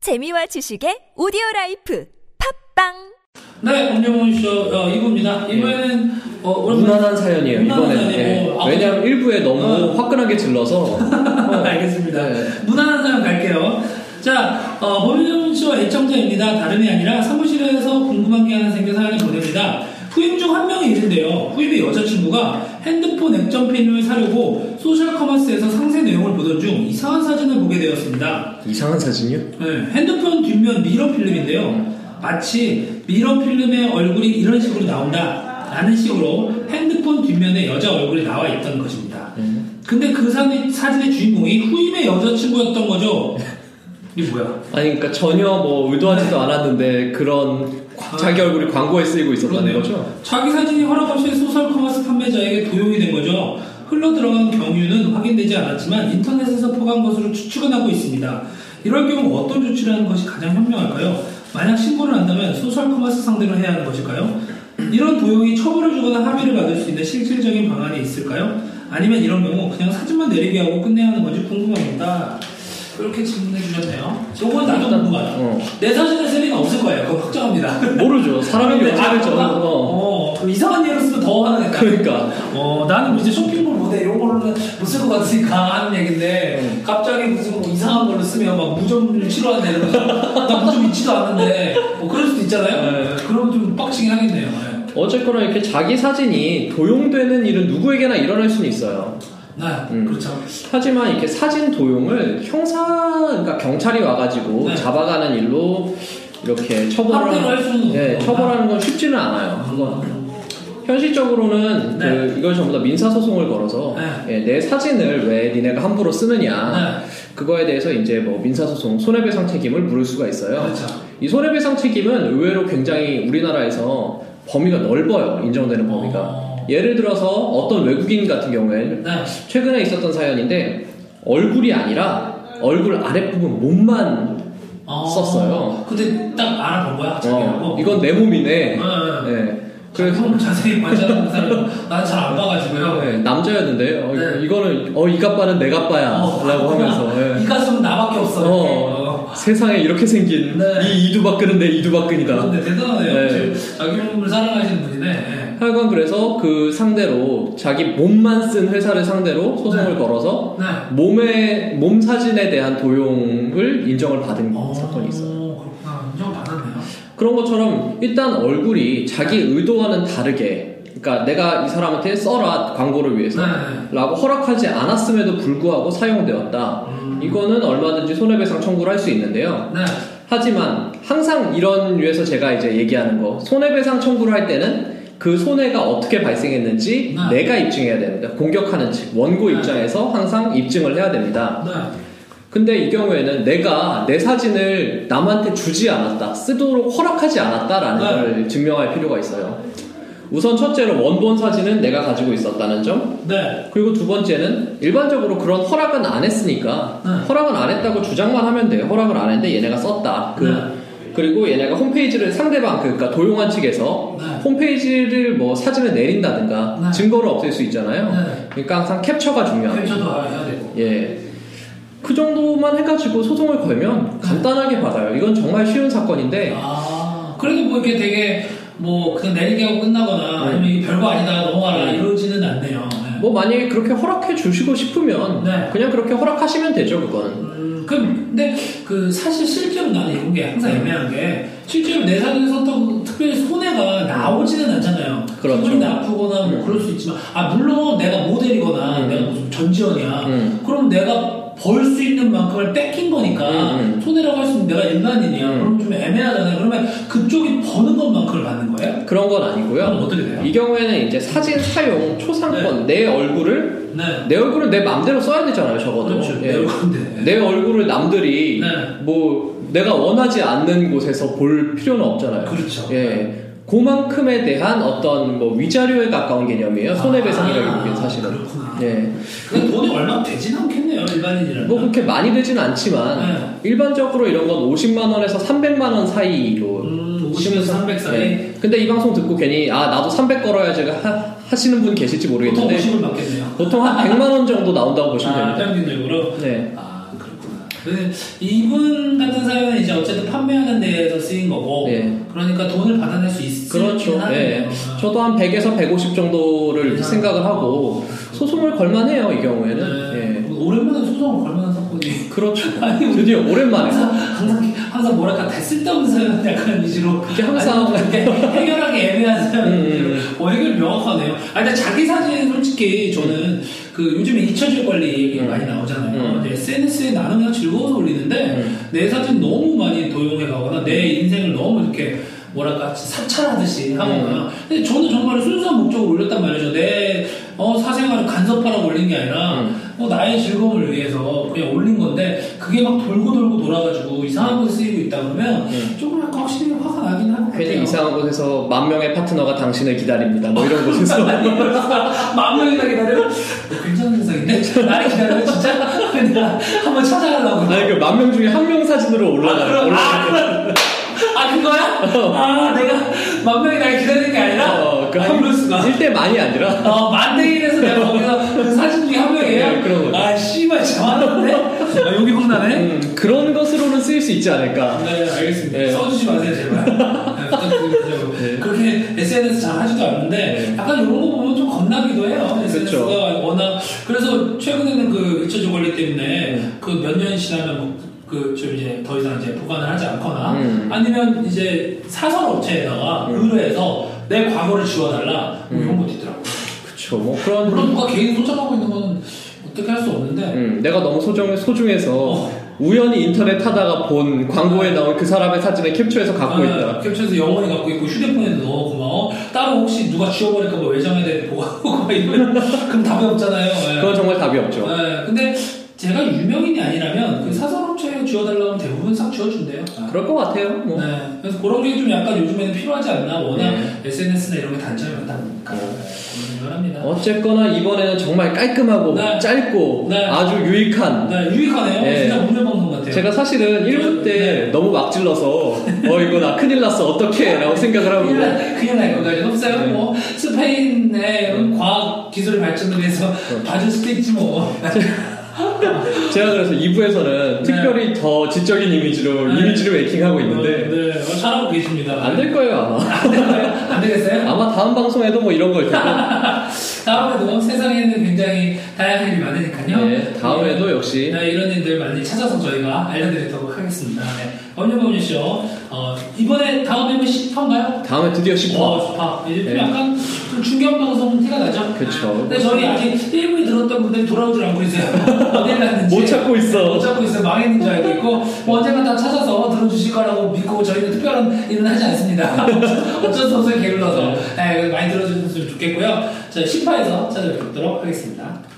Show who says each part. Speaker 1: 재미와 지식의 오디오 라이프 팝빵
Speaker 2: 네, 엄정훈 쇼 어, 이부입니다. 이번에는 어, 오늘
Speaker 3: 예. 무난한 사연이에요
Speaker 2: 무난한
Speaker 3: 이번에는
Speaker 2: 사연이고,
Speaker 3: 예.
Speaker 2: 아무-
Speaker 3: 왜냐하면 1부에 너무
Speaker 2: 어.
Speaker 3: 화끈하게 질러서
Speaker 2: 알겠습니다.
Speaker 3: 네.
Speaker 2: 무난한 사연 갈게요. 자, 어, 범인정훈 쇼 애청자입니다. 다름이 아니라 사무실에서 궁금한 게 하나 생겨 사연을 보냅니다. 후임 중 한 명이 있는데요. 후임의 여자친구가 핸드폰 액정핀을 사려고 소셜커머스에서 상세 내용을 보던 중 이상한 사진을 보게 되었습니다.
Speaker 3: 이상한 사진이요?
Speaker 2: 네, 핸드폰 뒷면 미러 필름인데요. 마치 미러 필름의 얼굴이 이런 식으로 나온다. 라는 식으로 핸드폰 뒷면에 여자 얼굴이 나와 있던 것입니다. 근데 그 사, 진의 주인공이 후임의 여자친구였던 거죠. 이게 뭐야?
Speaker 3: 아니 그러니까 전혀 뭐 의도하지도 않았는데 그런 과- 자기 얼굴이 광고에 쓰이고 있었다는
Speaker 2: 아. 그러네요.
Speaker 3: 거죠
Speaker 2: 자기 사진이 허락 없이 소설 커머스 판매자에게 도용이 된 거죠. 흘러 들어간 경유는 확인되지 않았지만 인터넷에서 포간 것으로 추측은 하고 있습니다. 이럴 경우 어떤 조치를 하는 것이 가장 현명할까요? 만약 신고를 한다면 소설 커머스 상대로 해야 하는 것일까요? 이런 도용이 처벌을 주거나 합의를 받을 수 있는 실질적인 방안이 있을까요? 아니면 이런 경우 그냥 사진만 내리게 하고 끝내야 하는 건지 궁금합니다. 이렇게 질문해 주셨네요. 저건 나도 궁금하다.
Speaker 3: 어. 뭐
Speaker 2: 내 사진을 쓸 리는 없을 거예요. 그거 확정합니다.
Speaker 3: 모르죠 사람이
Speaker 2: 아,
Speaker 3: 여자를 전
Speaker 2: 아,
Speaker 3: 어.
Speaker 2: 어, 그럼 이상한 예로 쓰면 더 화나겠다.
Speaker 3: 그러니까
Speaker 2: 어, 나는 이제 쇼핑몰 모델 이런 걸로는 못 쓸 것 같으니까 하는 얘긴데,
Speaker 3: 음.
Speaker 2: 갑자기 무슨 뭐 이상한 걸로 쓰면 막 무좀을 싫어한다 이러면서, 나 무좀 있지도 않는데, 뭐 그럴 수도 있잖아요?
Speaker 3: 네.
Speaker 2: 그러면 좀 빡치긴 하겠네요. 네.
Speaker 3: 어쨌거나 이렇게 자기 사진이 도용되는 일은 누구에게나 일어날 수는 있어요
Speaker 2: 나,
Speaker 3: 음.
Speaker 2: 그렇죠.
Speaker 3: 하지만 이렇게 사진 도용을 형사 그러니까 경찰이 와가지고
Speaker 2: 네.
Speaker 3: 잡아가는 일로 이렇게
Speaker 2: 합의를 할 수는
Speaker 3: 처벌하는 네,
Speaker 2: 없구나. 음.
Speaker 3: 처벌하는 건 쉽지는 않아요. 그건 현실적으로는
Speaker 2: 네.
Speaker 3: 그 이걸 전부 다 민사 소송을 걸어서
Speaker 2: 네.
Speaker 3: 예, 내 사진을 왜 니네가 함부로 쓰느냐
Speaker 2: 네.
Speaker 3: 그거에 대해서 이제 뭐 민사 소송 손해배상 책임을 물을 수가 있어요.
Speaker 2: 그렇죠.
Speaker 3: 이 손해배상 책임은 의외로 굉장히 우리나라에서 범위가 넓어요. 인정되는 범위가.
Speaker 2: 어.
Speaker 3: 예를 들어서 어떤 외국인 같은 경우에는
Speaker 2: 네.
Speaker 3: 최근에 있었던 사연인데 얼굴이 아니라 얼굴 아랫부분 몸만
Speaker 2: 어,
Speaker 3: 썼어요.
Speaker 2: 근데 딱 알아본 거야, 자기라고.
Speaker 3: 어, 이건 내 몸이네.
Speaker 2: 네.
Speaker 3: 네. 그래서
Speaker 2: 그래서 자세히 관찰하는 사람, 난잘 안 봐가지고요.
Speaker 3: 네, 남자였는데 어,
Speaker 2: 네.
Speaker 3: 이거는 어 이 가빠는 내
Speaker 2: 어,
Speaker 3: 가빠야라고 하면서 예.
Speaker 2: 이 가수는 나밖에 없어.
Speaker 3: 어, 세상에 이렇게 생긴
Speaker 2: 네.
Speaker 3: 이 이두박근은 내 이두박근이다.
Speaker 2: 그런데 아, 대단하네요.
Speaker 3: 네.
Speaker 2: 지금 자기 몸을 사랑하시는 분이네. 네.
Speaker 3: 하여간 그래서 그 상대로 자기 몸만 쓴 회사를 상대로
Speaker 2: 네.
Speaker 3: 소송을 걸어서
Speaker 2: 네.
Speaker 3: 몸의 몸 사진에 대한 도용을 인정을 받은 사건이 있어요.
Speaker 2: 그렇구나. 인정 받았네요.
Speaker 3: 그런 것처럼 일단 얼굴이 자기 의도와는 다르게 그러니까 내가 이 사람한테 써라 광고를 위해서
Speaker 2: 네.
Speaker 3: 라고 허락하지 않았음에도 불구하고 사용되었다
Speaker 2: 음.
Speaker 3: 이거는 얼마든지 손해배상 청구를 할 수 있는데요
Speaker 2: 네.
Speaker 3: 하지만 항상 이런 류에서 제가 이제 얘기하는 거 손해배상 청구를 할 때는 그 손해가 어떻게 발생했는지
Speaker 2: 네.
Speaker 3: 내가 입증해야 됩니다 공격하는 측 원고
Speaker 2: 네.
Speaker 3: 입장에서 항상 입증을 해야 됩니다
Speaker 2: 네.
Speaker 3: 근데 이 경우에는 내가 내 사진을 남한테 주지 않았다, 쓰도록 허락하지 않았다라는
Speaker 2: 네.
Speaker 3: 걸 증명할 필요가 있어요. 우선 첫째로 원본 사진은 내가 가지고 있었다는 점,
Speaker 2: 네.
Speaker 3: 그리고 두 번째는 일반적으로 그런 허락은 안 했으니까
Speaker 2: 네.
Speaker 3: 허락은 안 했다고 주장만 하면 돼요. 허락을 안 했는데 얘네가 썼다. 그,
Speaker 2: 네.
Speaker 3: 리고 얘네가 홈페이지를 상대방 그러니까 도용한 측에서
Speaker 2: 네.
Speaker 3: 홈페이지를 뭐 사진을 내린다든가
Speaker 2: 네.
Speaker 3: 증거를 없앨 수 있잖아요.
Speaker 2: 네.
Speaker 3: 그러니까 항상 캡처가 중요해요.
Speaker 2: 캡처도 알아야 되고.
Speaker 3: 예. 그 정도만 해가지고 소송을 걸면 간단하게 받아요. 이건 정말 쉬운 사건인데,
Speaker 2: 아. 그래도 뭐 이렇게 되게 뭐 그냥 내리게 하고
Speaker 3: 네.
Speaker 2: 끝나거나 아니면 이게 별거 아니다 넘어가라 이러지는 않네요. 네.
Speaker 3: 뭐 만약에 그렇게 허락해 주시고 싶으면,
Speaker 2: 네.
Speaker 3: 그냥 그렇게 허락하시면 되죠, 그거는.
Speaker 2: 음, 그럼 근데 그 사실 실제로 나는 이런 게 항상 애매한 게 실제로 내 사진을 썼다고 특별히 손해가 나오지는 않잖아요.
Speaker 3: 그렇죠.
Speaker 2: 기분이 나쁘거나 뭐 그럴 수 있지만 아 물론 내가 모델이거나
Speaker 3: 음.
Speaker 2: 내가 무슨 전지현이야.
Speaker 3: 음.
Speaker 2: 그럼 내가 벌 수 있는 만큼을 뺏긴 거니까
Speaker 3: 음, 음.
Speaker 2: 손해라고 할 수 있는 내가 일반인이야.
Speaker 3: 음.
Speaker 2: 그럼 좀 애매하잖아요. 그러면 그쪽이 버는 것만큼을 받는 거예요?
Speaker 3: 그런 건
Speaker 2: 그럼
Speaker 3: 아니고요.
Speaker 2: 어떻게 돼요?
Speaker 3: 이 경우에는 이제 사진 사용, 초상권, 내 얼굴을,
Speaker 2: 네.
Speaker 3: 내 얼굴은 내 맘대로 써야 되잖아요, 적어도.
Speaker 2: 그렇죠.
Speaker 3: 예.
Speaker 2: 내 얼굴인데.
Speaker 3: 내 얼굴을 남들이,
Speaker 2: 네.
Speaker 3: 뭐, 내가 원하지 않는 곳에서 볼 필요는 없잖아요.
Speaker 2: 그렇죠.
Speaker 3: 네. 예. 그만큼에 대한 어떤 뭐 위자료에 가까운 개념이에요. 손해배상이라기보기엔
Speaker 2: 아,
Speaker 3: 사실은.
Speaker 2: 그렇구나.
Speaker 3: 예.
Speaker 2: 그 돈이 얼마 되진 않겠네요 일반인이라면. 음,
Speaker 3: 뭐 그렇게 많이 되진
Speaker 2: 네.
Speaker 3: 않지만 일반적으로 이런 건 50만 원에서 300만 원 사이로.
Speaker 2: 음, 50에서 300 사이.
Speaker 3: 네. 근데 이 방송 듣고 괜히 아 나도 300 걸어야지 하, 하시는 분 계실지
Speaker 2: 보통
Speaker 3: 모르겠는데
Speaker 2: 50을 받겠네요.
Speaker 3: 보통 한 100만 원 정도 나온다고 보시면
Speaker 2: 아,
Speaker 3: 됩니다.
Speaker 2: 평균적으로.
Speaker 3: 네.
Speaker 2: 아, 그렇구나. 근데 이분 같은 사연은 이제 쓰인 거고
Speaker 3: 예.
Speaker 2: 그러니까 돈을 받아낼 수 있- 있긴 어,
Speaker 3: 그렇죠.
Speaker 2: 하네요. 아.
Speaker 3: 예. 저도 한 100에서 150 정도를
Speaker 2: 네.
Speaker 3: 생각을 하고 소송을 걸만해요 이 경우에는.
Speaker 2: 네. 오랜만에 소송을 걸면서 사건이
Speaker 3: 예. 그렇죠. 드디어 오랜만에.
Speaker 2: 항상 항상 항상 뭐랄까 다 쓸데없는 사연 약간 위주로
Speaker 3: 그게 항상-
Speaker 2: 아니, 그게 해결하기 애매한 사연
Speaker 3: 음,
Speaker 2: 위주로 어 해결 명확하네요. 아 일단 자기 사진 솔직히 저는 그 요즘에 잊혀질 관리 얘기
Speaker 3: 음.
Speaker 2: 많이 나오잖아요.
Speaker 3: 음.
Speaker 2: SNS에 나는 그냥 즐거워서 올리는데
Speaker 3: 음.
Speaker 2: 내 사진 너무 많이 도용해가거나 내 인생을 너무 이렇게 뭐랄까 사찰하듯이
Speaker 3: 음.
Speaker 2: 하거나 근데 저는 정말 순수한 목적으로 올렸단 말이죠 내 어, 사생활을 간섭하라고 올린 게 아니라
Speaker 3: 음.
Speaker 2: 어, 나의 즐거움을 위해서 그냥 올린 건데 그게 막 돌고 돌고 돌아가지고 이상한 곳에 쓰이고 있다 그러면
Speaker 3: 음.
Speaker 2: 조금 약간 확실히 화가 나긴 할것 같아요
Speaker 3: 괜히 이상한 곳에서 만 명의 파트너가 당신을 기다립니다. 뭐 이런 곳에서.
Speaker 2: 마음이나 기다려? 괜찮은 세상인데? 나를 기다려? 진짜? 그냥 한번 찾아가려고
Speaker 3: 아니 그 만 명 중에 한 명 사진으로
Speaker 2: 아,
Speaker 3: 올라가요.
Speaker 2: 그럼,
Speaker 3: 올라가요.
Speaker 2: 아, 아, 그거야? 아, 내가 만 명이 날 기다리는 게 아니라?
Speaker 3: 어, 그
Speaker 2: 아,
Speaker 3: 한-
Speaker 2: 이럴 수가.
Speaker 3: 1대 만이 아니라
Speaker 2: 어, 만대일에서 내가 거기서 그 사진 중에 한 명이에요?
Speaker 3: 네, 그런 거죠.
Speaker 2: 아, 씨발, 저만한데? 아, 여기 혼나네?
Speaker 3: 음, 그런 것으로는 쓰일 수 있지 않을까.
Speaker 2: 네, 알겠습니다.
Speaker 3: 네.
Speaker 2: 써주지 마세요, 제발. 네, 부탁드리고요.
Speaker 3: 네.
Speaker 2: 그렇게 SNS 잘 하지도 않는데,
Speaker 3: 네. 그렇죠.
Speaker 2: 약간 이런 거 보면 좀 겁나기도 해요. SNS가 워낙. 그래서 최근에는 그 2차적 관리 때문에
Speaker 3: 음.
Speaker 2: 그 몇 년 지나면 뭐 그, 좀 이제 더 이상 이제 보관을 하지 않거나
Speaker 3: 음.
Speaker 2: 아니면 이제 사설 업체에다가
Speaker 3: 음.
Speaker 2: 의뢰해서 내 과거를 지워달라 뭐 이런 것도 있더라고요.
Speaker 3: 그쵸. 뭐 그런.
Speaker 2: 물론 누가 개인 소장하고 있는 거는 어떻게 할 수 없는데
Speaker 3: 음, 내가 너무 소중, 소중해서
Speaker 2: 어.
Speaker 3: 우연히 인터넷 하다가 본 광고에 나온 그 사람의 사진을 캡처해서 갖고 있다.
Speaker 2: 아, 캡처해서 영원히 갖고 있고 휴대폰에도 넣어 고마워 따로 혹시 누가 지워버릴까 봐 외장에 대해 보고 이러면 그럼 답이 없잖아요 예.
Speaker 3: 그건 정말 답이 없죠.
Speaker 2: 예, 근데 제가 유명인이 아니라면 그 사설업체에 지워달라고 하면 대부분 싹 지워준대요 아.
Speaker 3: 그럴 것 같아요. 뭐.
Speaker 2: 네, 그래서 그런 게 좀 약간 요즘에는 필요하지 않나 워낙
Speaker 3: 네.
Speaker 2: SNS나 이런 게 단점이 많다 보니까 네, 그런 합니다
Speaker 3: 어쨌거나 이번에는 정말 깔끔하고
Speaker 2: 네.
Speaker 3: 짧고
Speaker 2: 네.
Speaker 3: 아주 유익한
Speaker 2: 네, 유익하네요
Speaker 3: 네.
Speaker 2: 진짜 문제방송 같아요
Speaker 3: 제가 사실은 1부 때
Speaker 2: 네.
Speaker 3: 너무 막 질러서 어 이거 나 큰일 났어 어떡해 라고 생각을
Speaker 2: 큰일
Speaker 3: 하고
Speaker 2: 날, 큰일 날 건가요? 없어요.
Speaker 3: 네.
Speaker 2: 뭐, 스페인의 과학 기술 발전을 위해서
Speaker 3: 그렇죠.
Speaker 2: 봐줄 수도 있지 뭐.
Speaker 3: 네. 제가 그래서 2부에서는 특별히 더 지적인 이미지로
Speaker 2: 네.
Speaker 3: 이미지를 웨이킹하고
Speaker 2: 네,
Speaker 3: 있는데
Speaker 2: 네. 어, 잘하고 계십니다.
Speaker 3: 안 될 거예요 아마
Speaker 2: 안 되나요? 안 되겠어요?
Speaker 3: 아마 다음 방송에도 뭐 이런 걸 테고
Speaker 2: 다음에도 세상에는 굉장히 다양한 일이 많으니까요.
Speaker 3: 네, 다음에도 역시
Speaker 2: 네, 이런 일들 많이 찾아서 저희가 알려드리도록 하겠습니다. 네. 엄유범유 씨, 어, 이번에 다음에는 10화인가요?
Speaker 3: 다음에 드디어 10화
Speaker 2: 어, 좋다. 이제 좀
Speaker 3: 네.
Speaker 2: 약간 좀 중견 방송은 티가 나죠?
Speaker 3: 그쵸.
Speaker 2: 근데 저희 아직 1부에 들었던 분들이 돌아오질 않고 있어요. 어딜 갔는지.
Speaker 3: 못 찾고 있어.
Speaker 2: 못 찾고 있어요. 망했는 줄 알고 있고. 뭐 언젠가 다 찾아서 들어주실 거라고 믿고 저희는 특별한 일은 하지 않습니다. 어쩔 수 없어요. 게을러서. 네, 많이 들어주셨으면 좋겠고요. 저희 10화에서 찾아뵙도록 하겠습니다.